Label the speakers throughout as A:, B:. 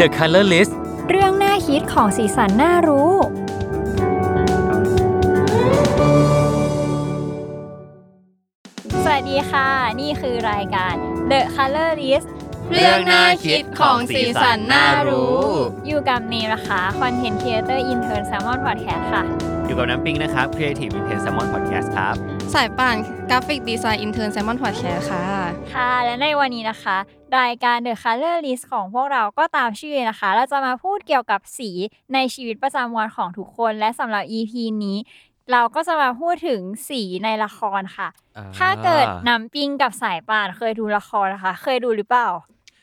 A: The Color List
B: เรื่องหน้าฮิตของสีสันน่ารู้ สวัสดีค่ะ นี่คือรายการ The Color List
C: เรื่องน่าคิดของสีสันน่ารู้
B: อยู่กับเนนะคะคอนเทนต์ครีเอเตอร์อินเทอร์แซมมอนพอดแคสต์ค่ะ
A: อยู่กับน้ำปิงนะครับ Creative Intent Salmon Podcast ครับ
C: สายป่านกราฟิกดีไซน์อินเทอร์แซมมอนพอดแคสค่ะ
B: ค่ะ และในวันนี้นะคะ รายการ The Color List ของพวกเราก็ตามชื่อเลยนะคะ เราจะมาพูดเกี่ยวกับสีในชีวิตประจำวันของทุกคน และสำหรับ EP นี้ เราก็จะมาพูดถึงสีในละครค่ะ ถ้าเกิดน้ำปิงกับสายป่านเคยดูละครนะคะ เคยดูหรือเปล่า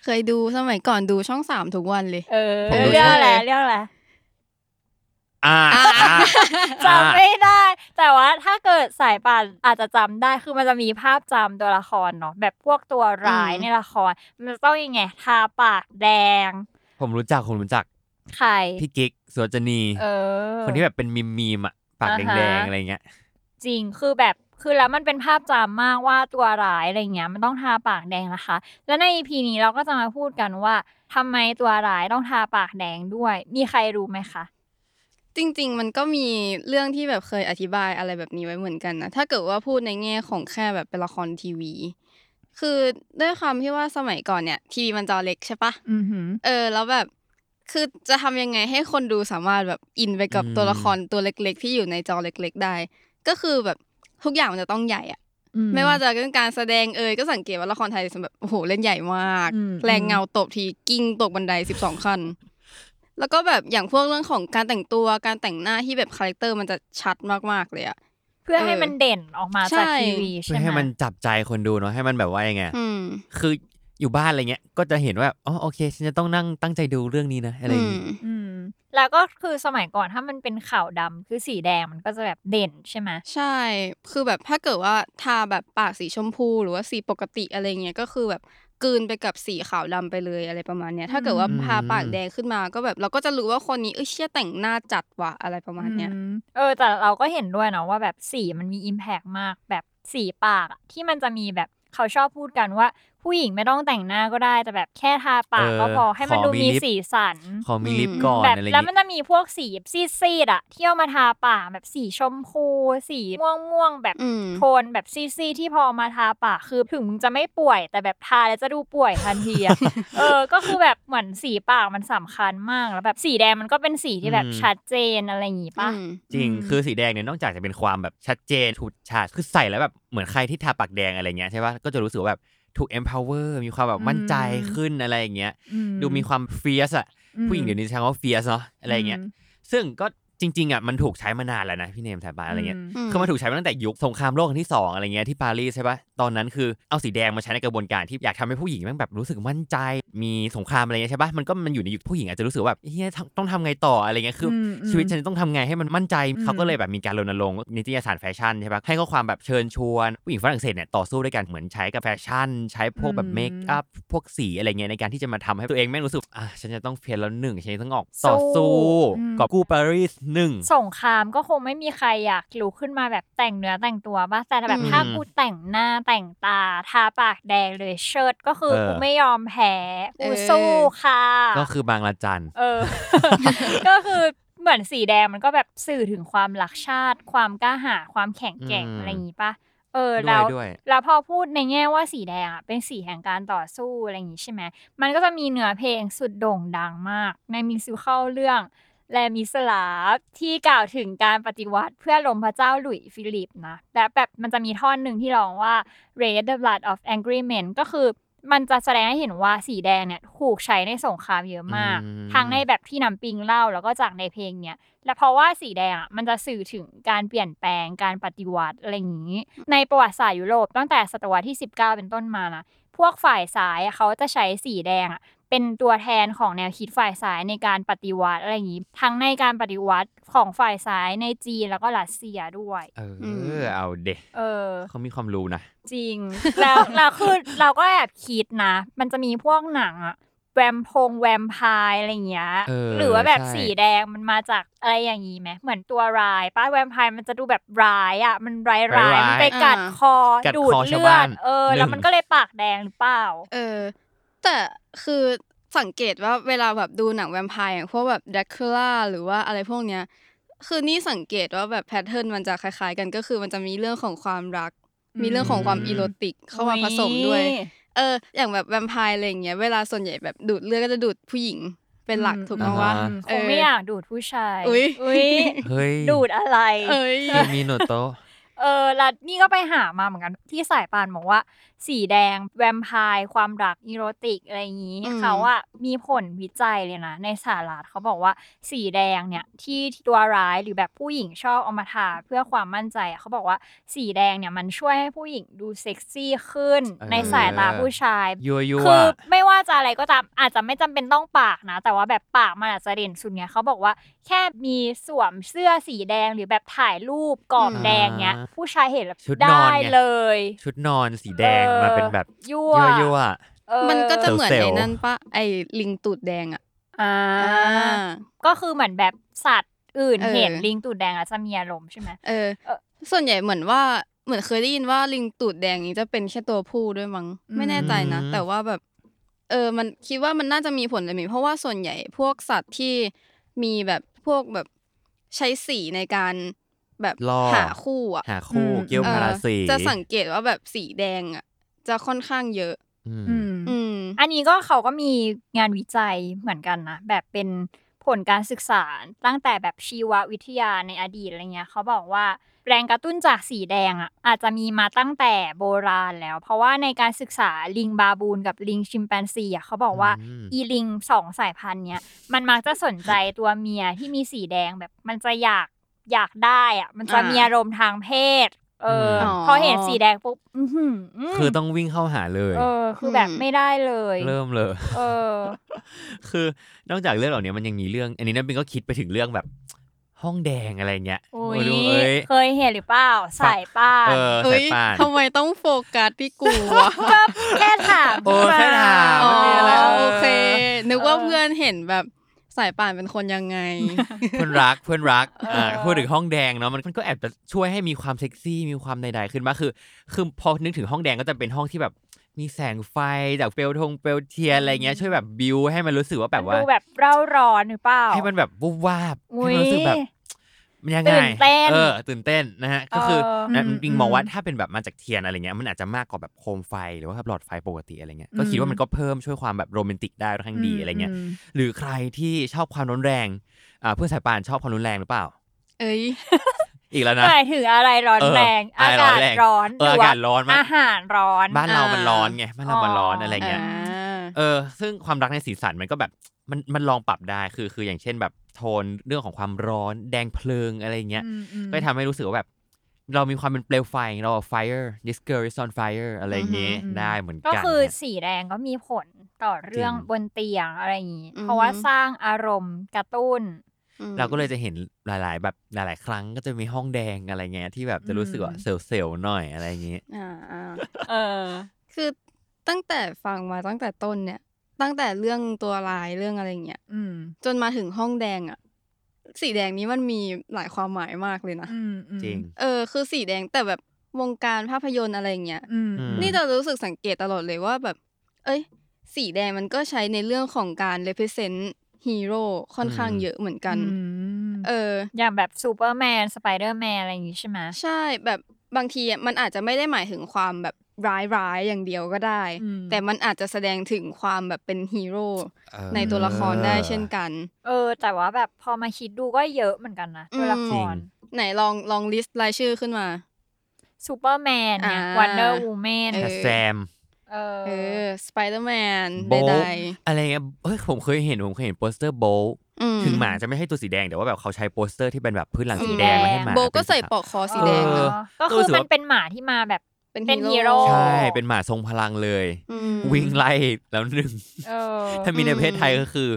C: เคยดูสมัยก่อนดูช่องสามทุกวันเลย
B: เออ
A: ผมดู
B: เรื่องอะไร
C: ใช่
B: เรื่องอะไร
A: อ่า
C: อ่า
A: อ่า
B: จำไม่ได้ แต่ว่าถ้าเกิดสายป่านอาจจะจำได้คือมันจะมีภาพจำตัวละครเนาะแบบพวกตัวร้าย
C: อืม
B: ในละคร มันจะต้องยังไงทาปากแดง
A: ผมรู้จัก ผมรู้จัก
B: ใคร
A: พี่กิ๊กสุวรรณี
B: เออ
A: คนที่แบบเป็นมีมมีมๆอ่ะ ปาก
B: อ่าฮะ
A: แดงๆ อะไรเงี้ย
B: จริงคือแบบคือแล้วมันเป็นภาพจำมากว่าตัวร้ายอะไรเงี้ยมันต้องทาปากแดงนะคะ และใน EP นี้เราก็จะมาพูดกันว่าทำไมตัวร้ายต้องทาปากแดงด้วย มีใครรู้ไหมคะ
C: จริง ๆ มันก็มีเรื่องที่แบบเคยอธิบายอะไรแบบนี้ไว้เหมือนกันนะ ถ้าเกิดว่าพูดในแง่ของแค่แบบเป็นละครทีวี คือด้วยความที่ว่าสมัยก่อนเนี่ย ทีวีมันจอเล็กใช่ปะ
B: อือหือ
C: เออแล้วแบบคือจะทำยังไงให้คนดูสามารถแบบอินไปกับ
A: อืม
C: ตัวละครตัวเล็ก ๆ ที่อยู่ในจอเล็ก ๆ ได้ ก็คือแบบทุกอย่างมันจะต้องใหญ่อะไม่ว่าจะเรื่องการแสดงเอ่ยก็สังเกตว่าละครไทยแบบโอ้โหเล่นใหญ่มาก
B: อืม
C: แรงเงาตบทีกิ้งตกบันไดสิบสองขั้นแล้วก็แบบอย่างพวกเรื่องของการแต่งตัวการแต่งหน้าที่แบบคาแรคเตอร์มันจะชัดมากๆเลยอะ
B: เพื่อให้มันเด่นออกมาจาก
C: ใช่
B: ทีวี
A: เพื่
B: ใช่
A: อ
B: ไหม
A: ให้มันจับใจคนดูเนาะ ให้มันแบบว่ายังไง
C: อืม
A: คืออยู่บ้านอะไรเงี้ย ก็จะเห็นว่า อ๋อ โอเค ฉันจะต้องนั่งตั้งใจดูเรื่องนี้นะ อะไรอ
C: อื
A: ย่าง
C: ม
A: งี้
B: อืมแล้วก็คือสมัยก่อนถ้ามันเป็นขาวดำคือสีแดงมันก็จะแบบเด่นใช่ไหม
C: ใช่ คือแบบถ้าเกิดว่าทาแบบปากสีชมพูหรือว่าสีปกติอะไรเงี้ยก็คือแบบกลืนไปกับสีขาวดำไปเลยอะไรประมาณเนี้ย ถ้าเกิดว่า
A: อืม
C: ทาปากแดงขึ้นมาก็แบบเราก็จะรู้ว่าคนนี้เอ้ยเชี่ยแต่งหน้าจัดว่ะอะไรประมาณเนี้ย
B: อืมเออ แต่เราก็เห็นด้วยเนาะว่าแบบสีมันมีอิมแพกมาก แบบสีปากอะที่มันจะมีแบบเขาชอบพูดกันว่า ผู้หญิงไม่ต้องแต่งหน้าก็ได้แต่แบบแค่ทาปากก็พอ
A: เออ
B: ให้มันดู
A: ขอมี
B: มี
A: ลิป
B: สีสัน
A: ขอมี
C: อืม
A: ลิฟต์ก่อน
B: แบบ
A: อะไร
B: แล้ว
A: เงี้
B: มัน
A: ย
B: จะมีพวกสีซีดๆอะที่เอามาทาปากแบบสีชมพู สีม่วงม่วงๆแบบ
C: อืม
B: โทนแบบซีดๆที่พอมาทาปากคือถึงมึงจะไม่ป่วย แต่แบบทาแล้วจะดูป่วยทันทีอะ เออก็คือแบบเหมือนสีปากมันสำคัญมากแล้วแบบสีแดงมันก็เป็นสีที่แบบ
A: อืม
B: ชัดเจนอะไรอย่างงี้ปะ
C: อืม
A: จริง
B: อืม
A: คือสีแดงเนี่ยนอกจากจะเป็นความแบบชัดเจนถูกฉาดคือใส่แล้วแบบเหมือนใครที่ทาปากแดงอะไรเงี้ยใช่ป่ะก็จะรู้สึกว่าแบบถูก empower มีความแบบมั่นใจขึ้นอะไรอย่างเงี้ย ดูมีความ fierce อะผู้หญิงเดี๋ยวนี้ใช้คำว่า fierce เนาะอะไรอย่างเงี้ยซึ่งก็จริงๆอ่ะมันถูกใช้มานานแล้วนะพี่เนมสายปานอะไรเงี้ย
C: อืม
A: คือมันถูกใช้มาตั้งแต่ยุคสงครามโลกครั้งที่สองอะไรเงี้ยที่ปารีสใช่ป่ะตอนนั้นคือเอาสีแดงมาใช้ในกระบวนการที่อยากทำให้ผู้หญิงแม่งแบบรู้สึกมั่นใจ มีสงครามอะไรเงี้ยใช่ป่ะมันก็มันอยู่ในยุคผู้หญิงอาจจะรู้สึกว่าแบบเฮียต้องทำไงต่ออะไรเงี้ยคืออ ชีวิตฉันจะต้องทำไงให้มันมั่นใจ
B: อืม
A: เขาก็เลยแบบมีการรณรงค์นิตยสารแฟชั่นใช่ปะให้ข้อความแบบเชิญชวนผู้หญิงฝรั่งเศสเนี่ยต่อสู้ด้วยกันเหมือนใช้กับแฟชั่น ใช้พวกแบบเมคอัพพวกสีอะไรเงี้ยในการที่จะมาทำให้ตัวเองแม่งรู้สึกอ่ะฉันจะต้องเพียรแล้วหนึ่งฉันจะต้องออกต่อสู้กอบกู้ปารีสหนึ่ง
B: สงครามก็คงไม่มีใครอยากลุกขึ้นมาแบบแต่งเนื้อแต่งตัวป่ะแต่แบบ
C: อืม
B: ถ้ากูแต่งหน้าแต่งตา ทาปากแดงเลยเชิดก็คือ
A: เออ
B: กูไม่ยอมแพ้กูสู้ค่ะ
A: ก็คือบางละจัน
B: เออ ก็คือ เหมือนสีแดงมันก็แบบสื่อถึงความรักชาติ ความกล้าหาญความแข็งแกร่ง
A: อืม
B: อะไรอย่างงี้ปะ เออ
A: ด้
B: แล้ว
A: ยว ด้วย
B: แล้วพอพูดในแง่ว่าสีแดงอ่ะเป็นสีแห่งการต่อสู้อะไรอย่างงี้ใช่ไหม มันก็จะมีเนื้อเพลงสุดโด่งดังมาก ในมิวสิคัลเรื่องแลมิสลาฟที่กล่าวถึงการปฏิวัติเพื่อล้มพระเจ้าหลุยส์ฟิลิปนะแต่แบบมันจะมีท่อนหนึ่งที่ร้องว่า red the blood of angry men ก็คือมันจะแสดงให้เห็นว่าสีแดงเนี่ยถูกใช้ในสงครามเยอะมาก
A: อืม
B: ทั้งในแบบที่นำปิงเล่าแล้วก็จากในเพลงเนี่ย และเพราะว่าสีแดงอ่ะมันจะสื่อถึงการเปลี่ยนแปลงการปฏิวัติอะไรอย่างนี้ ในประวัติศาสตร์ยุโรปตั้งแต่ศตวรรษที่ 19 เป็นต้นมานะพวกฝ่ายซ้ายอ่ะเขาจะใช้สีแดงอ่ะเป็นตัวแทนของแนวคิดฝ่ายซ้ายในการปฏิวัติอะไรอย่างนี้ ทั้งในการปฏิวัติของฝ่ายซ้ายในจีนแล้วก็รัสเซียด้วย
A: เออ
C: ม
A: อเอาเด็ก
B: เออ
A: เขามีความรู้นะ
B: จริง แล้วแล้วคือเราก็แอบคิดนะ มันจะมีพวกหนังอะแวมพงแวมไพร์อะไรอย่างเงี้ย
A: เออ
B: หรือว่าแบบ
A: ใช่
B: สีแดงมันมาจากอะไรอย่างงี้ไหมเหมือนตัวร้ายป้าแวมไพร์มันจะดูแบบร้ายอะมันร้ายร้ายๆมันไปกัดคอ
A: กัด
B: ดูด
A: คอชาว
B: เลือ
A: บ้า
B: ด
A: น
B: เออ แล้วมันก็เลยปากแดงหรือเปล่า
C: เออแต่คือสังเกตว่าเวลาแบบดูหนังแวมไพร์อย่างพวกแบบดักคูล่าหรือว่าอะไรพวกเนี้ย คือนี่สังเกตว่าแบบแพทเทิร์นมันจะคล้ายๆกันก็คือมันจะมีเรื่องของความรัก
B: อืม
C: มีเรื่องของความอีโรติกเข้ามาผสมด้วย เออ อย่างแบบแวมไพร์อะไรอย่างเงี้ยเวลาส่วนใหญ่แบบดูดเลือดก็จะดูดผู้หญิงเป็นหลักถูกต้องว่า
A: อ่าฮะ
B: คงไม่อยากดูดผู้ชาย
C: อุ๊ย
B: อุ๊ ย
A: เฮ้ย
B: ดูดอะไร
C: เอ้ย
A: คิมิโนโตะ
B: เออแล้วนี่ก็ไปหามาเหมือนกันที่สายปานบอกว่า สีแดงแวมไพร์ความรักอีโรติกอะไรอย่างนี้
C: อืม
B: เขาอะมีผลวิจัยเลยนะ ในสหรัฐเขาบอกว่าสีแดงเนี่ยที่ตัวร้ายหรือแบบผู้หญิงชอบเอามาทาเพื่อความมั่นใจอะเขาบอกว่าสีแดงเนี่ยมันช่วยให้ผู้หญิงดูเซ็กซี่ขึ้น
A: เออ
B: ในสายตาผู้ชาย
A: ยัวยัว
B: คือไม่ว่าจะอะไรก็ตามอาจจะไม่จำเป็นต้องปากนะ แต่ว่าแบบปากมันอาจจะเด่นสุดไงเขาบอกว่าแค่มีสวมเสื้อสีแดงหรือแบบถ่ายรูปกรอบ
C: อืม
B: แดงเนี้ย
A: อ่า
B: ผู้ชายเห็นแล้ว
A: ชุดนอน
B: ได้
A: ไง
B: เลย
A: ชุดนอนสีแดงมาเป็นแบบ
B: ยั่ว
A: ยัวยัว
B: เออ
C: มันก็จะเหมือน
A: เซลล์
C: ไอ้นั่นปะไอ้ลิงตูดแดงอ่ะ
B: อ่า
C: อ่า
B: ก็คือเหมือนแบบสัตว์อื่น
C: เออ
B: เห็นลิงตูดแดงอาจจะมีอารมณ์ใช่ไหม
C: เออ
B: เออ
C: ส่วนใหญ่เหมือนว่าเหมือนเคยได้ยินว่าลิงตูดแดงนี้จะเป็นแค่ตัวผู้ด้วยมั้ง
D: อืม
C: ไม่แน่ใจนะ
A: อืม
C: แต่ว่าแบบ เออ มันคิดว่ามันน่าจะมีผลเลยมั้ยเพราะว่าส่วนใหญ่พวกสัตว์ที่มีแบบพวกแบบใช้สีในการแบบ
A: ล่อ
C: หาคู่อ่ะ
A: หาคู่
D: อืม
A: เกี่ยว
C: เออ
A: พาราสี
C: จะสังเกตว่าแบบสีแดงอ่ะจะค่อนข้างเยอะ
A: อืม
D: อืม
C: อืม
B: อันนี้ก็เขาก็มีงานวิจัยเหมือนกันนะ แบบเป็นผลการศึกษาตั้งแต่แบบชีววิทยาในอดีตอะไรเงี้ยเขาบอกว่าแรงกระตุ้นจากสีแดงอ่ะอาจจะมีมาตั้งแต่โบราณแล้ว เพราะว่าในการศึกษาลิงบาบูนกับลิงชิมแปนซีอ่ะเขาบอกว่า
A: อืม
B: อีลิงสองสายพันธุ์เนี้ยมันมักจะสนใจตัวเมียที่มีสีแดงแบบมันจะอยากอยากได้อ่ะมันจะ
C: อ่ามี
B: มีอารมณ์ทางเพศเอออ
C: ม
B: พอเห็นสีแดงปุ๊บอื้อหือ
A: คือต้องวิ่งเข้าหาเลย
B: เออคือแบบ
C: อืม
B: ไม่ได้เลย
A: เริ่มเลย
B: เออ
A: คือนอกจากเรื่องเหล่านี้มันยังมีเรื่อง อันนี้น้ำปิงก็คิดไปถึงเรื่องแบบ ห้องแดงอะไรเงี้ย
B: อุ้ย
A: โดูเอ้ย
B: เคยเห็นหรือเปล่าใส่ป้าน
A: เออ
C: เอ้
A: สาย ยป่าน
C: ทำไมต้องโฟกัสที่กู วะ
B: ก็แค่ถาม
A: โอ้ยแค่ถาม
C: อ๋อ
B: เออ
A: ไม่มีะไร
C: โอเค นึกว่า
B: เออ
C: เพื่อนเห็นแบบสายป่านเป็นคนยังไง
A: เพื่อนรักเพื่อนรักอ่า
B: เออ
A: พูดถึงห้องแดงเนาะมันมันก็แอบจะช่วยให้มีความเซ็กซี่มีความใดๆขึ้นมาคือ คือพอนึกถึงห้องแดงก็จะเป็นห้องที่แบบ มีแสงไฟจากเปลวธงเปลวเทียนอะไรเงี้ยช่วยแบบบิวให้มันรู้สึกว่าแบบว่า
B: ดูแบบเร่าร้อนหรือเปล่า
A: ให้มันแบบวุบวาบ
B: อุ๊ย
A: ให้มันรู้สึกแบบมันยังไง
B: ตื่นเต้น
A: เออ ตื่นเต้นนะฮะก็คือ
B: เออ
A: นะ
D: อืม
A: ปิงมองว่า
D: อืม
A: ถ้าเป็นแบบมาจากเทียนอะไรเงี้ยมันอาจจะมากกว่าแบบโคมไฟหรือว่าหลอดไฟปกติอะไรเงี้ยก็คิดว่ามันก็เพิ่มช่วยความแบบโรแมนติกได้ค่อนข้างดีอะไรเงี้ย
D: ม
A: หรือใครที่ชอบความรุนแรงอ่าเพื่อนสายปานชอบความรุนแรงหรือเปล่า
C: เอ้ย
A: อีกแล้วนะ
B: หมายถึงอะไรร้อน
A: เออ
B: แรง
A: อะ
B: อา
A: ไรร้
B: กา
A: อน
B: ศ
A: แรง
B: ร้อน
A: เอออากาศร้อนมาก
B: อาหารร้อน
A: บ้านเรา
C: อ่ามั
A: มันร้อนไงบ้านเรามันร้อน
B: อ๋ออ
A: อะไร
B: ย่างงี้
A: เงี้ย
B: ย
A: เออ ซึ่งความรักในสีสันมันก็แบบมันมันลองปรับได้คือคืออย่างเช่นแบบโทนเรื่องของความร้อนแดงเพลิงอะไรเงี้ย
D: อืมอืม
A: ก็ทำให้รู้สึกว่าแบบ เรามีความเป็นเปลวไฟเรา fire this girl is on fire อะไรเงี้ย
D: อืมอืม
A: ได้เหมือน
B: ก็
A: กัน
B: คือ
A: เนี่ย
B: สีแดงก็มีผลต่อเรื่อง
A: จริง
B: บนเตียงอะไรอย่างนี้
C: อือฮึ
B: เพราะว่าสร้างอารมณ์กระตุ้น
C: อืม
A: เราก็เลยจะเห็นหลาย ๆ แบบหลาย ๆ ครั้งก็จะมีห้องแดงอะไรเงี้ยที่แบบจะรู้สึกว่า
D: อืม
A: เซลล์ๆหน่อยอะไรเงี้ย
C: อ่าอ่า
B: เออ
C: คือตั้งแต่ฟังมาตั้งแต่ต้นเนี่ย ตั้งแต่เรื่องตัวลายเรื่องอะไรเงี้ย
D: อืม
C: จนมาถึงห้องแดงอะสีแดงนี้มันมีหลายความหมายมากเลยนะ
D: อืมอืม
A: จริง
C: เออ คือสีแดงแต่แบบวงการภาพยนตร์อะไรเงี้ย
D: อืม
A: ม
C: นี่จะรู้สึกสังเกตตลอดเลยว่าแบบ เอ้ย สีแดงมันก็ใช้ในเรื่องของการ represent ฮีโร่ค่อนข้าง
A: อืม
C: เยอะเหมือนกัน
D: อืม
C: เออ
B: อย่างแบบซูเปอร์แมนสไปเดอร์แมนอะไรอย่างนี้ใช่ไหม
C: ใช่แบบ บางทีอะมันอาจจะไม่ได้หมายถึงความแบบร้ายร้ายๆอย่างเดียวก็ได้
D: อืม
C: แต่มันอาจจะแสดงถึงความแบบเป็นฮีโร่
A: เออ
C: ในตัวละครได้เช่นกัน
B: เออ แต่ว่าแบบพอมาคิดดูก็เยอะเหมือนกันนะตัวละค
A: จริง
B: ร
C: ไหนลองลองลิสต์รายชื่อขึ้นมา
B: ซูเปอร์แมนเนี่ย
C: อ่า
B: วันเดอร์วูแมน
C: เออ
A: แซม
B: เอ
C: เอ
B: อ
C: อสไปเดอร์แมน
A: โบ๊
C: ใด
A: ท อะไรเงี้ยเฮ้ยผมเคยเห็นผมเคยเห็นโปสเตอร์โบล
C: ๆอืม
A: ถึงหมาจะไม่ให้ตัวสีแดงแต่ว่าแบบเขาใช้โปสเตอร์ที่เป็นแบบพื้นหลังสีแดง
B: สีแดง
A: มาให้หมา
C: โบทก็
A: เป็น
C: ใส่
A: ขาว
C: ปลอกคอสีแดง
A: เออ
C: นะ
B: ก็คือมันเป็นหมาที่มาแบบ เป็นฮีโร่
A: ใช่ เป็นหมาทรงพลังเลย
C: อืม
A: วิ่งไล่แล้วหนึ่ง
B: เออ
A: ถ้ามีใน
C: อืม
A: ประเทศไทยก็คือ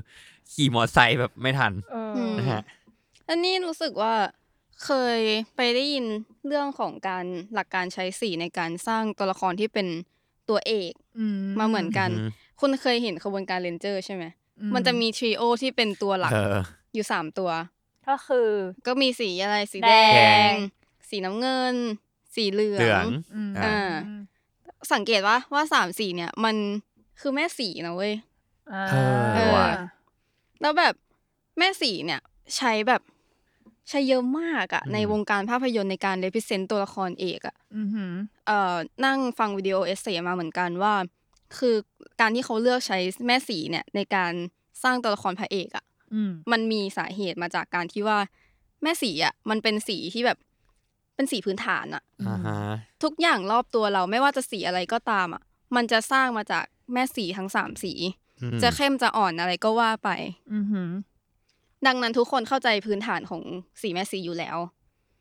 A: ขี่มอไซค์แบบไม่ทัน
B: เออ
C: ม
A: นะฮะ
C: อันนี้รู้สึกว่าเคยไปได้ยินเรื่องของการหลักการใช้สีในการสร้างตัวละครที่เป็นตัวเอก
D: อื
C: มาเหมือนกัน
A: อือฮึ
C: คุณเคยเห็นขบวนการเลนเจอร์ใช่ไหม มันจะมีทริโอที่เป็นตัวหลัก
A: เออ
C: อยู่สามตัว
B: ก็คือ
C: ก็มีสีอะไรสี
B: แด
C: แด
B: ง
C: ง สีน้ำเงิน สีเหลือ
A: เหลือง ง
D: อืม
A: อ่า
C: สังเกตว่าว่าสามสีเนี่ยมันคือแม่สีนะเว้ย
B: อ่า
A: เออ
C: เออ
A: ว่ะ
C: แล้วแบบแม่สีเนี่ยใช้แบบใช้เยอะมากอะ
A: อืม
C: ในวงการภาพยนตร์ในการเลพิเซนต์ตัวละครเอกอะ
D: อืมหืม
C: เอ่อนั่งฟังวิดีโอเอเซมาเหมือนกันว่า คือการที่เขาเลือกใช้แม่สีเนี่ยในการสร้างตัวละครพระเอกอะ
D: อืม
C: มันมีสาเหตุมาจากการที่ว่าแม่สีอะมันเป็นสีที่แบบเป็นสีพื้นฐานอะ
A: อ่าฮะ
C: ทุกอย่างรอบตัวเราไม่ว่าจะสีอะไรก็ตามอะมันจะสร้างมาจากแม่สีทั้งสามสี
A: อืม
C: จะเข้มจะอ่อนอะไรก็ว่าไป
D: อืมหืม
C: ดังนั้นทุกคนเข้าใจพื้นฐานของสีแม่สีอยู่แล้ว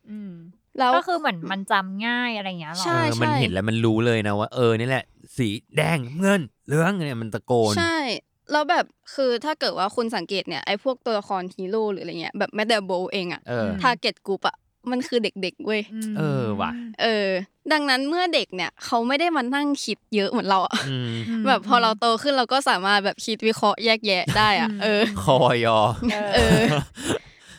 D: อืม
C: แล้ว
B: ก็คือเหมือนมันจำง่ายอะไรอย่างเงี้ยหรอ
C: ใช่
A: เออมันเห็นแล้วมันรู้เลยนะว่า เออนี่แหละ สีแดงเงินเหลืองเนี่ยมันตะโกน
C: ใช่ แล้วแบบคือถ้าเกิดว่าคุณสังเกตเนี่ยไอ้พวกตัวละครฮีโร่หรืออะไรเงี้ยแบบแม้แต่โบเองอะ
A: เออ
C: ทาร์เก็ตกลุ่มอะมันคือเด็กๆเว้ย
D: ม
A: เออว่ะ
C: เออ ดังนั้นเมื่อเด็กเนี่ยเขาไม่ได้มานั่งคิดเยอะเหมือนเราอะ
A: อืม
D: ม
C: แบบพอเราโตขึ้นเราก็สามารถแบบคิดวิเคราะห์แยกแยะได้อะ
D: อืม
C: เออ
A: คอยอ
C: เออ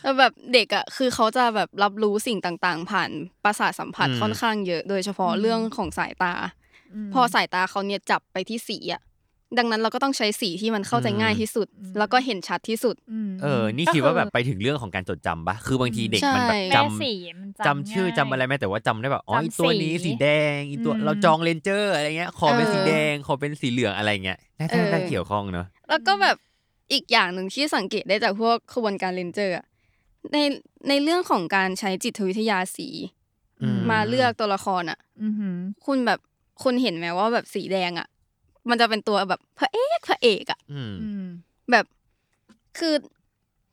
C: แล้วแบบเด็กอ่ะคือเขาจะแบบรับรู้สิ่งต่างๆ ผ่านประสาทสัมผัส
A: อืม
C: ค่อนข้างเยอะโดยเฉพาะ
D: อืม
C: เรื่องของสายตา
D: ม
C: พอสายตาเขาเนี่ยจับไปที่สีอ่ะดังนั้นเราก็ต้องใช้สีที่มันเข้าใจง่ายที่สุด
D: อืม
C: แล้วก็เห็นชัดที่สุด
D: ม
A: เออ นี่คิดว่าแบบไปถึงเรื่องของการจดจำปะคือบางทีเด็ก
C: ใช่
A: มันแบบจ
B: แม่สีมัน
A: ำ
B: จำ
A: จำชื่อ
B: ง่าย
A: จำอะไรไม่แต่ว่าจำได้แบบอ๋อไอ้
B: จำสี
A: ตัวนี้สีแดงอีตัว
D: อืม
A: เราจองเลนเจอร์อะไรเงี้ย ขอเป็น
C: เออ
A: สีแดงขอเป็นสีเหลืองอะไรเงี้ยน่าจะ
C: เออ
A: น่าเกี่ยวข้องเนอะ
C: แล้วก็แบบอีกอย่างหนึ่งที่สังเกตได้จากพวกขบวนการเลนเจอร์อะในในเรื่องของการใช้จิตวิทยาสี
D: อืม
C: มาเลือกตัวละครอ่ะ
D: อืมหืม
C: คุณแบบคุณเห็นไหมว่าแบบสีแดงอ่ะ มันจะเป็นตัวแบบพระเอกพระเอกอ่ะ
A: อืม
D: อืม
C: แบบคือ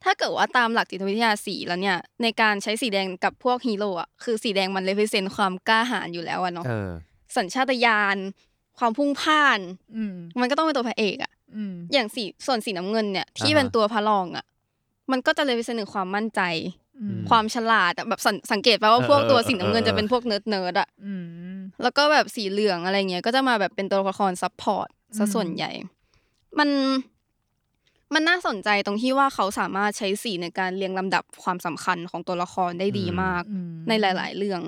C: ถ้าเกิดว่าตามหลักจิตวิทยาสีแล้วเนี่ย ในการใช้สีแดงกับพวกฮีโร่อะคือสีแดงมันเลเวเซนความกล้าหาญอยู่แล้วอะเนาะ
A: เออ
C: สัญชาตญาณความพุ่งพ่าน
D: อืม
C: มันก็ต้องเป็นตัวพระเอกอะ
D: อืม
C: อย่างสีส่วนสีน้ำเงินเนี่ย ที่
A: อ่าฮะ
C: เป็นตัวพระรองอะมันก็จะเลเวเซนถึงความมั่นใจ
D: อืม
C: ความฉลาดอะแบบสังสังเกตไปว่าพวกตัวสีน้ำเงินจะเป็นพวกเนิร์ดเนิร์ดอะ
D: อืม
C: แล้วก็แบบสีเหลืองอะไรเงี้ยก็จะมาแบบเป็นตัวละครซัพพอร์ตซะส่วน
D: อืม
C: ใหญ่ มันมันน่าสนใจตรงที่ว่าเขาสามารถใช้สีในการเรียงลำดับความสำคัญของตัวละครได้ดีมาก
D: อืม
C: ในหลาย ๆ เรื่อง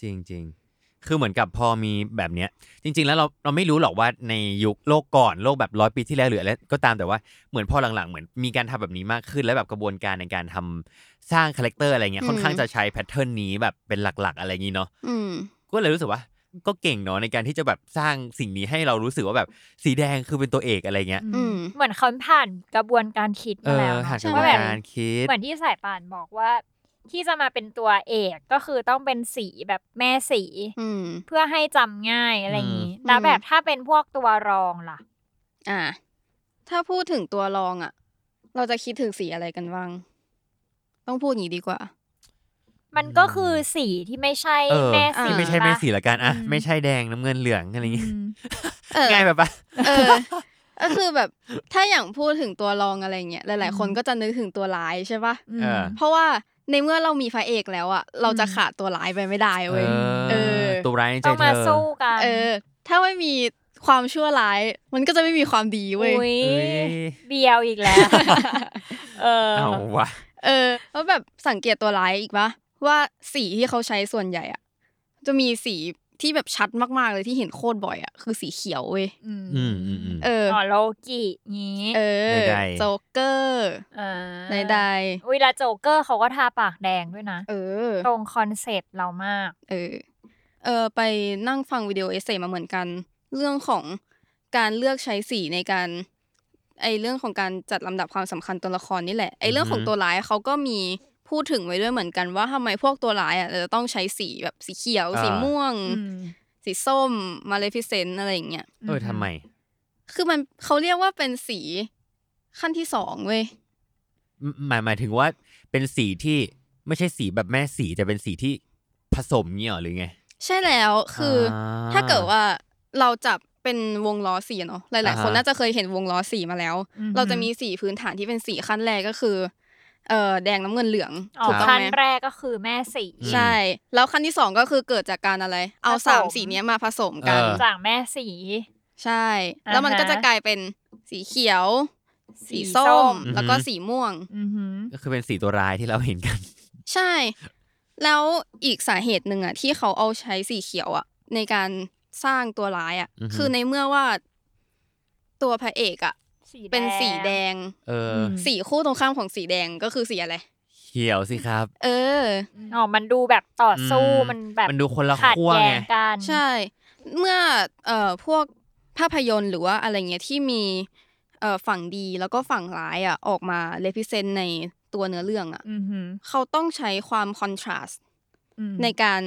A: จริงจริงๆ คือเหมือนกับพอมีแบบเนี้ย จริง ๆ แล้วเราเราไม่รู้หรอกว่าในยุคโลกก่อนโลกแบบร้อยปีที่แล้วหรืออะไรก็ตามแต่ว่าเหมือนพอหลังๆ เหมือนมีการทำแบบนี้มากขึ้น แล้วแบบกระบวนการในการทำสร้างคาแรคเตอร์อะไรเงี้ย
C: อืม
A: ค่อนข้างจะใช้แพทเทิร์นนี้แบบเป็นหลักๆ อะไรอย่างงี้เนาะ
C: อืม
A: ก็เลยรู้สึกว่าก็เก่งเนาะในการที่จะแบบสร้างสิ่งนี้ให้เรารู้สึกว่าแบบสีแดงคือเป็นตัวเอกอะไรเงี้ย
C: อืม
B: เหมือนเขาผ่านกระบวนการคิด
A: เอ
B: มา
A: อ
B: แล้วเน
A: หาก
B: อะ
A: กระบ
B: ว่า
A: วน
B: แบบ
A: การคิด
B: เหมือนที่สายป่านบอกว่า ที่จะมาเป็นตัวเอกก็คือต้องเป็นสีแบบแม่สี
C: อืม
B: เพื่อให้จำง่ายอะไรอย่างนี้
C: อืม
B: แล้วแบบถ้าเป็นพวกตัวรองล่ะ
C: อ่า ถ้าพูดถึงตัวรองอะเราจะคิดถึงสีอะไรกันบ้าง ต้องพูดอย่างนี้ดีกว่า
B: มันก็คือสีที่ไม่ใช่
A: เออ
B: แม่
C: อ่า
B: สี
A: ที่ไม่ใช่แม่สี
B: ปะ
A: ละกันอ่ะ
D: อืม
A: ไม่ใช่แดงน้ำเงินเหลืองอะไรเงี้ย
D: อืม
C: เออ
A: ง่ายแบบปะ
C: เออ ก็คือแบบถ้าอย่างพูดถึงตัวรองอะไรเงี้ยหลาย ๆ คน
D: อืม
C: ก็จะนึกถึงตัวร้ายใช่ปะ
D: อืม
A: เออ
C: เพราะว่าในเมื่อเรามีพระเอกแล้วอะเราจะ
D: อืม
C: ขาดตัวร้ายไปไม่ได้เว้ย เออ
A: ตัวร้ายในใจ
B: ต้อง
A: เธ
B: มา
A: อ
B: สู้กัน
C: เออ ถ้าไม่มีความชั่วร้าย มันก็จะไม่มีความดีเว้ย
B: อุ้ย
A: เอ้ย
B: เบียวอีก แล้วเออ
A: เอาวะ
C: เออแล้วแบบสังเกตตัวร้ายอีกปะว่าสีที่เขาใช้ส่วนใหญ่อะจะมีสี ที่แบบชัดมากๆเลยที่เห็นโคตรบ่อยอ่ะคือสีเขียวเว้ย
D: อืม
A: อืมอืมอืม
C: เออ
B: อ๋อโลกิงี้
C: เออ
A: ใดๆ
C: โจ๊กเกอร์
B: อ่า
C: ใด
B: เวลาโจเกอร์เขาก็ทาปากแดงด้วยนะ
C: ๆเออ
B: ตรงคอนเซ็ปต์เรามาก
C: เออ เออไปนั่งฟังวิดีโอเอเซมาเหมือนกัน เรื่องของการเลือกใช้สีในการไอเรื่องของการจัดลำดับความสำคัญตัวละครนี่แหละไอเรื่องของ
A: อือฮึ
C: ตัวร้ายเขาก็มีพูดถึงไว้ด้วยเหมือนกันว่าทำไมพวกตัวร้ายอ่ะจะต้องใช้สีแบบสีเขียว สีม่วง
D: อืม
C: สีส้มมาเลฟิเซนอะไรอย่างเงี้ย
A: เออทำไม
C: คือมันเขาเรียกว่าเป็นสีขั้นที่สองเว้ย
A: หมายหมายถึงว่าเป็นสีที่ไม่ใช่สีแบบแม่สีแต่เป็นสีที่ผสมเงี้ยเหรอหรือไง
C: ใช่แล้วคืออ
A: อ
C: ถ้าเกิดว่าเราจับเป็นวงล้อสีอะเนาะหลาย ๆ คน
A: อ่าฮะ
C: น่าจะเคยเห็นวงล้อสีมาแล้ว
D: อื
C: เราจะมีสีพื้นฐานที่เป็นสีขั้นแรกก็คือเอ่อแดงน้ำเงินเหลือง
B: อ๋อ
C: ถูกต้อง
B: ขั้น
C: ไหม
B: แรกก็คือแม่สี
C: ใช่ แล้วขั้นที่สองก็คือเกิดจากการอะไร เอา
B: ผสม
C: สามสีเนี้ยมาผสมกัน
A: เออ
B: จากแม่สี
C: ใช่ แล้วมัน
B: อ่าฮะ
C: ก็จะกลายเป็นสีเขียว สีส้ม แล้วก็สีม่วง
D: อือหือ
A: ก็คือเป็นสีตัวร้ายที่เราเห็นกัน
C: ใช่ แล้วอีกสาเหตุหนึ่งอ่ะที่เขาเอาใช้สีเขียวอ่ะในการสร้างตัวร้ายอ่ะ
A: อือฮึ
C: คือในเมื่อว่าตัวพระเอกอ่ะ
B: สี
C: เป็นสีแดง
A: เออ
D: ม
A: อ
C: สีคู่ตรงข้ามของสีแดงก็คือสีอะไร
A: เขียวสิครับ
C: เออ
B: อ๋อ มันดูแบบต่อสู้
A: อืม
B: มันแบบ
A: มันดูคนละ
B: ขัด
A: ขั้ว
B: แย้
A: ไง
B: งกัน
C: ใช่ เมื่อเอ่อพวกภาพยนตร์หรือว่าอะไรเงี้ยที่มีเอ่อฝั่งดีแล้วก็ฝั่งร้ายอ่ะออกมาเลพิเซนในตัวเนื้อเรื่องอ่ะ
D: อือหือ
C: เขาต้องใช้ความคอนทราส
D: อืม
C: ในการ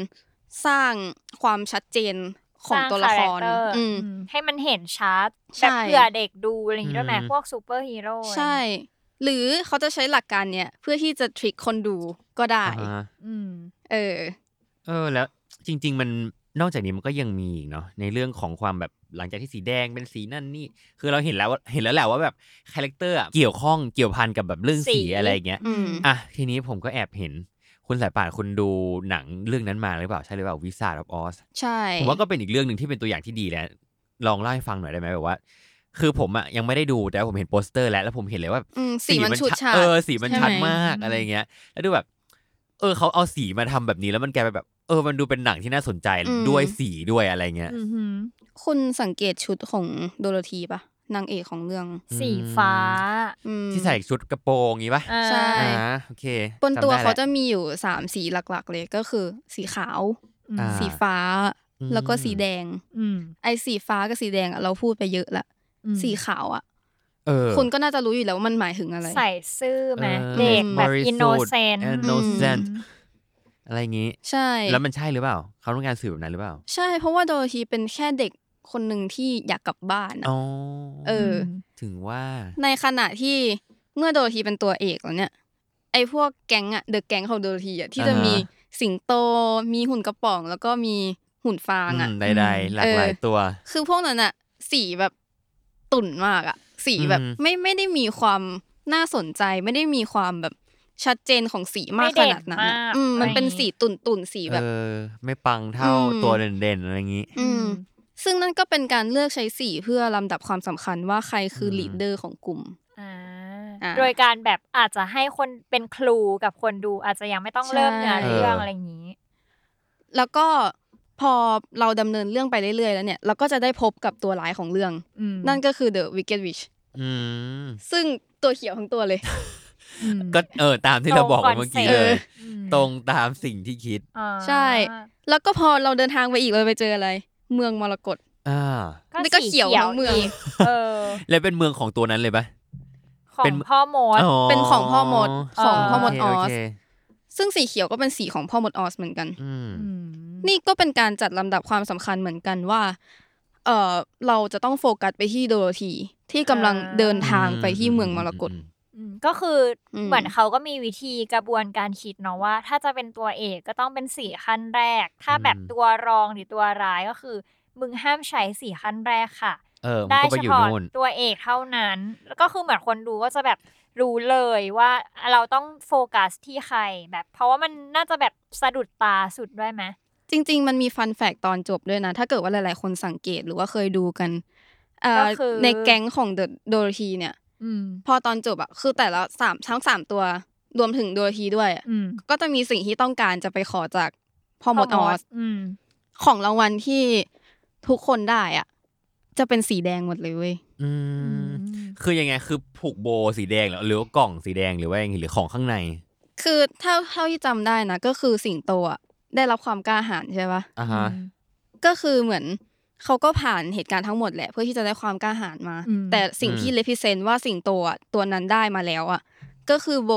C: สร้างความชัดเจนของตัวละคร
B: สร้าง character
C: อืม
B: ให้มันเห็นชัด
C: ใช่
B: แบบเผื่อเด็กดูอะไรอย่างนี้ด้วยไหม
A: อืม
B: พวกซูเปอร์ฮีโร่
C: ใช่ หรือเขาจะใช้หลักการเนี่ยเพื่อที่จะทริคคนดูก็ได้
A: อ่าฮะ
D: อืม
C: เออ
A: เออแล้วจริง ๆ มันนอกจากนี้มันก็ยังมีอีกเนาะในเรื่องของความแบบหลังจากที่สีแดงเป็นสีนั่นนี่ คือเราเห็นแล้วว่าเห็นแล้วแหละว่าแบบคาแรคเตอร์อะเกี่ยวข้องเกี่ยวพันกับแบบเรื่องสีอะไรอย่างเงี้ย
C: อืม
A: อ่ะทีนี้ผมก็แอบเห็นคุณสายป่านคุณดูหนังเรื่องนั้นมาหรือเปล่าใช่หรือเปล่าวิซาร์ดอออส
C: ใช่
A: ผมว่าก็เป็นอีกเรื่องหนึ่งที่เป็นตัวอย่างที่ดีแล้ว ลองเล่าให้ฟังหน่อยได้ไหมแบบว่า คือผมอะยังไม่ได้ดูแต่ว่าผมเห็นโปสเตอร์แล้วแล้วผมเห็นเลยว่า
C: อืมสีมันฉูดฉาด
A: เออสีมันชัด
C: ใไห
A: มากอะไรเงี้ย แล้วดูแบบ เออเขาเอาสีมาทำแบบนี้แล้วมันกลายเป็นแบบ เออมันดูเป็นหนังที่น่าสนใจ
C: อืม
A: ด้วยสีด้วยอะไรเงี้ย
D: อือหือ
C: คุณสังเกตชุดของโดโรธีปะนางเอกของเรื่อง
B: สีฟ้า
C: อืม
A: ที่ใส่ชุดกระโปรงงี้ปะ
C: ใช่
A: อ่าโอเค
C: บนตัว
A: จำได้
C: เขา
A: แล้
C: จะมีอยู่สามสีหลักๆ เลยก็คือ สีขาว
A: อ่า
C: สีฟ้า
A: อืม
C: แล้วก็สีแดง
D: อืม
C: ไอ้สีฟ้ากับสีแดงอะเราพูดไปเยอะละ
D: อืม
C: สีขาวอ่ะ
A: เออ
C: คุณก็น่าจะรู้อยู่แล้วว่ามันหมายถึงอะไร
B: ใส่ซื่อไหม
A: เออ
B: เด็กแบบ
A: Morris
B: อินโนเซน
A: Suit and innocent
D: อืม
A: อะไรอย่างงี้
C: ใช่
A: แล้วมันใช่หรือเปล่า เขาต้องการสื่อแบบนั้นหรือเปล่า
C: ใช่เพราะว่าโดโรธีเป็นแค่เด็กคนหนึ่งที่อยากกลับบ้านอะ
A: อ๋อ
C: เออ
A: ถึงว่า
C: ในขณะที่เมื่อโดโรธีเป็นตัวเอกแล้วเนี่ย ไอ้พวกแก๊งอะเดอะแก๊งของโดโรธีอะที่จะ
A: อ่าฮะ
C: มีสิงโต มีหุ่นกระป๋อง แล้วก็มีหุ่นฟางอะ
A: อืมใดๆหลา
C: เอก อ
A: หลายตัว
C: คือพวกนั้นอะสีแบบตุ่นมากอะสีแบบ
A: อืม
C: ไม่ไม่ได้มีความน่าสนใจ ไม่ได้มีความแบบชัดเจนของสีมากขนาดนั้นอะ
B: ไม่เด่นมาก
C: อืมมันเป็นสีตุ่นตุ่นๆสีแบบ
A: เออ ไม่ปังเท่า
C: อืม
A: ตัวเด่นๆ อะไรอย่างนี้
C: อืม ซึ่งนั่นก็เป็นการเลือกใช้สีเพื่อลำดับความสำคัญว่าใครคืออ
A: ม
C: ลีดเดอร์ของกลุ่ม
B: อ่า
C: อ่า
B: โดยการแบบอาจจะให้คนเป็นครูกับคนดูอาจจะยังไม่ต้องเริ่มเนื้อ
C: ใช่
B: เรื่อง
A: เอออ
B: อะไรอย่างนี้
C: แล้วก็พอเราดำเนินเรื่องไปเรื่อยๆ แล้วเนี่ย เราก็จะได้พบกับตัวร้ายของเรื่อง
D: อืม
C: นั่นก็คือ The Wicked Witch
A: อืม
C: ซึ่งตัวเขียวทั้งตัวเลย
D: อืม
A: ก็เออ ตามที่เราบอกไว้เมื่อ
B: ตร
A: กี้
B: งคอนเซ็ปต์
A: เลย
D: อืม
A: ตรงตามสิ่งที่คิด
B: อ่า
C: ใช่ แล้วก็พอเราเดินทางไปอีกเราไปเจออะไร เมืองมรกต
A: อ่า
C: นี่ก็เขียวทั้งเมือง
B: กเออ
A: แล้วเป็นเมืองของตัวนั้นเลยปะ
B: ของ
A: เป็น
B: พ่อมด
C: เป็นของพ่อมดของพ่อมดออ
A: โเคโเค
C: ส ซึ่งสีเขียวก็เป็นสีของพ่อมดออสเหมือนกัน
A: อืม
D: อืม
C: นี่ก็เป็นการจัดลำดับความสำคัญเหมือนกันว่า เออเราจะต้องโฟกัสไปที่โดโรธีที่กำลัง
B: อ่า
C: เดินทางไปที่เมืองมรกต
B: อืมก็คืออ
C: ม
B: เหมือนเขาก็มีวิธีกระบวนการคิดเนาะว่า ถ้าจะเป็นตัวเอกก็ต้องเป็นสีขั้นแรก ถ้าแบบ
A: อืม
B: ตัวรองหรือตัวร้ายก็คือ มึงห้ามใช้สีขั้นแรกค่ะ
A: เออมัน
B: ได้
A: ก็ไป
B: เฉ
A: อยู่
B: พาะ
A: นู่น
B: ตัวเอกเท่านั้น แล้วก็คือเหมือนคนดูก็จะแบบรู้เลยว่าเราต้องโฟกัสที่ใครแบบ เพราะว่ามันน่าจะแบบสะดุดตาสุดด้วยไหม
C: จริง ๆ มันมีฟันแฟกตอนจบด้วยนะ ถ้าเกิดว่าหลาย ๆ คนสังเกตหรือว่าเคยดูกันเอ่อในแก๊งของเดอะโดโรธีเนี่ย
D: อืม
C: พอตอนจบอะคือแต่ละสามทั้งสามตัวรวมถึงโดโรธีด้วยอะ
D: อืม
C: ก็จะมีสิ่งที่ต้องการจะไปขอจากพ่อมดออส
D: อืม
C: ของรางวัลที่ทุกคนได้อ่ะ จะเป็นสีแดงหมดเลยเว้ย
A: อื
D: อื
A: ม
D: ม
A: คือยังไงคือผูกโบว์สีแดงเหรอหรือว่ากล่องสีแดงหรือว่ายังไงหรือของข้างใน
C: คือเท่าเท่าที่จำได้นะก็คือสิงโตอะได้รับความกล้าหาญใช่ปะ
A: อ่าฮะ
C: ก็คือเหมือนเขาก็ผ่านเหตุการณ์ทั้งหมดแหละ เพื่อที่จะได้ความกล้าหาญมา
D: อืม
C: แต่สิ่ง
A: อืม
C: ที่เลพิเซนว่าสิงโตอะตัวนั้นได้มาแล้วอะก็คือโบ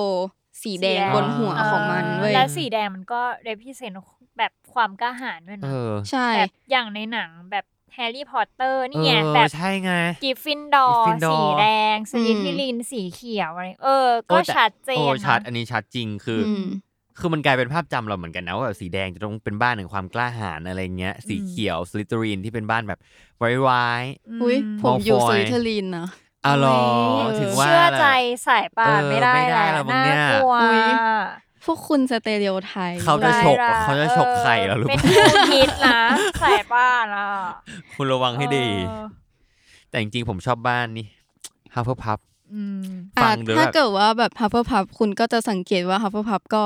C: สีแดง
B: สีแดง
C: บนหัว
A: อ่า
C: ของมันเว้ย
B: และสีแดงมันก็เรพิเซนแบบความกล้าหาญด้วย
A: เอ
B: นะ
A: อ
C: ใช่
B: แบบอย่างในหนังแบบแฮร์รี่พอตเตอร์
A: เอ
B: นี่ไง
A: อ
B: แบบ
A: ใช่ไง
B: กริฟฟินดอร์
A: กริฟฟินดอร์
B: สีแดงส
C: อืม
B: ลิธีรินสีเขียวอะไรเออ
A: โอ้
B: ก็
A: แต่
B: ชัดเจน
A: โอ้
B: นะ
A: ชัดอันนี้ชัดจริงคืออ
C: อืม
A: คือมันกลายเป็นภาพจำเราเหมือนกันนะว่าแบบสีแดงจะต้องเป็นบ้านแห่งความกล้าหาญอะไรเงี้ย สี
D: อืม
A: เขียวสลิตรีนที่เป็นบ้านแบบไว้ไว้
C: อุ้ยผมอยู่
A: มอลฟอ
C: สวิ
A: ย
C: ตเทอรีนนะ
A: อ้าวเหรอ
C: เออ
A: ถึงว่า
B: เชื่อใจ
A: แหละ
B: สายป่าน
A: เออ
B: ไม่ได้
A: ไม่ได้แล้
B: แล้ว ว
A: มึง
B: น่า
A: เนี่ย
B: กลัว
C: อุ๊ย พวกคุณสเตเรียไทย
A: เขาจะ
C: ได้
A: ฉกอะเขาจะฉกไข่เราหรือเปล่า
B: เป็นคู่คิดนะใส่บ้านอ่ะ
A: คุณระวังให้ดี
B: เออ
A: แต่จริงๆผมชอบบ้านนี่ฮัฟเฟิลพับ
D: อืม
A: ฟั
C: อ่ะ
A: งดู
C: ถ้า
A: แบบ
C: เกิดว่าแบบฮัฟเฟิลพับคุณก็จะสังเกตว่าฮัฟเฟิลพับก็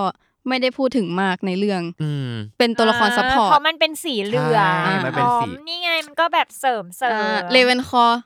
C: ไม่ได้พูดถึงมากในเรื่อง
A: อืม
C: เป็นตัวละครซัพพอร์ต
B: เพราะมันเป็นสีเหลือง
A: ใช่มันเป็นสี
B: อ๋อนี่ไงมันก็แบบเสริมเสริม
C: เลเวนคอร์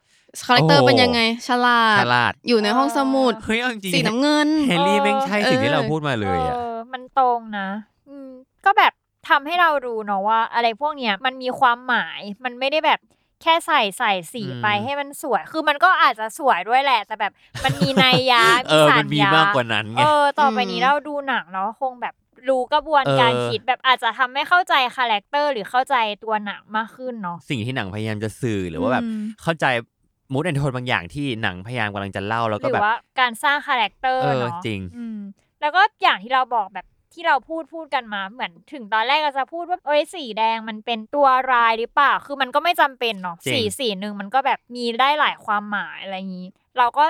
C: คาแรคเตอร์
A: โอ้
C: เป็นยังไง ฉลาด
A: ฉลาด
C: อยู่ในห้องสมุด
A: เฮ้ยเอาจริงๆ
C: สีน้ำเงิน
A: แฮร์รี่แม่งใช่สิ่งที่
C: เออ
A: เราพูดมาเลยอ่ะ
B: เออมันตรงนะอืมก็แบบทำให้เรารู้เนาะว่า อะไรพวกเนี้ยมันมีความหมาย มันไม่ได้แบบแค่ใส่ใส่สี
A: อืม
B: ไปให้มันสวย คือมันก็อาจจะสวยด้วยแหละ แต่แบบมันมีนัยยะ
A: เออ
B: สา
A: มั
B: ร
A: นมี
B: ยะ
A: มากกว่านั้นไง
B: เออ ต่อไป
C: อืม
B: นี้เราดูหนังเนาะคงแบบรู้กระบวนการ
A: เออ
B: คิดแบบอาจจะทำให้เข้าใจคาแรคเตอร์หรือเข้าใจตัวหนังมากขึ้นเนาะ
A: สิ่งที่หนังพยายามจะสื่อหรือว่าแบบ
D: อืม
A: เข้าใจมูดแอนโทนบางอย่างที่หนังพยายามกำลังจะเล่าแล้ว
B: ห
A: ก็
B: รือ
A: แบบ
B: ว่าการสร้างคาแรคเตอ
A: เอ
B: ร์
A: อ
B: เนาะ
A: จริง
D: อืม
B: แล้วก็อย่างที่เราบอกแบบที่เราพูดพูดกันมาเหมือนถึงตอนแรกก็จะพูดว่าเอ้ยสีแดงมันเป็นตัวรายหรือเปล่า คือมันก็ไม่จำเป็นเนาะ
A: จริง
B: สีสีหนึ่งมันก็แบบมีได้หลายความหมายอะไรอย่างนี้ เราก็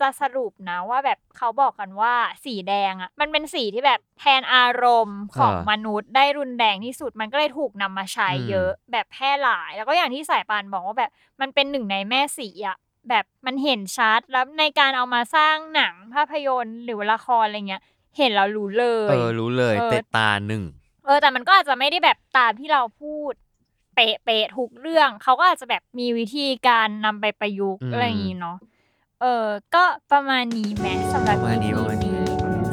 B: จะสรุปนะว่าแบบเขาบอกกันว่าสีแดงอะ่ะมันเป็นสีที่แบบแทนอารมณ์ของมนุษย์ได้รุนแรงที่สุดมันก็เลยถูกนำมาใช้เยอะ แบบแพร่หลาย แล้วก็อย่างที่สายปานบอกว่าแบบมันเป็นหนึ่งในแม่สีอ่ะ แบบมันเห็นชัดแล้วในการเอามาสร้างหนังภาพยนตร์หรือละครอะไรเงี้ย เห็นแล้วรู้เลย
A: เออรู้เลย
B: เออ
A: เตะตาหนึ่ง
B: เออแต่มันก็อาจจะไม่ได้แบบตามที่เราพูด เป๊ะเป๊ะทุกเรื่อง เขาก็อาจจะแบบมีวิธีการนำไปประยุกต์
A: อืม
B: อะไรอย่างงี้เนาะเออก็ประมาณนี้แหม้สำหรับ
A: ประมาณนี้
B: EP
A: ประมาณนี้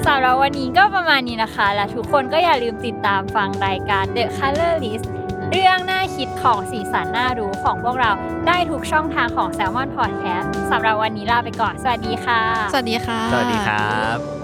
B: สำหรับวันนี้ก็ประมาณนี้นะคะ และทุกคนก็อย่าลืมติดตามฟังรายการ The Color List เรื่องน่าคิดของสีสันน่ารู้ของพวกเราได้ทุกช่องทางของ Salmon Podcast สำหรับวันนี้ลาไปก่อน สวัสดีค่ะ
C: สวัสดีค่ะ
A: สวัสดีครับ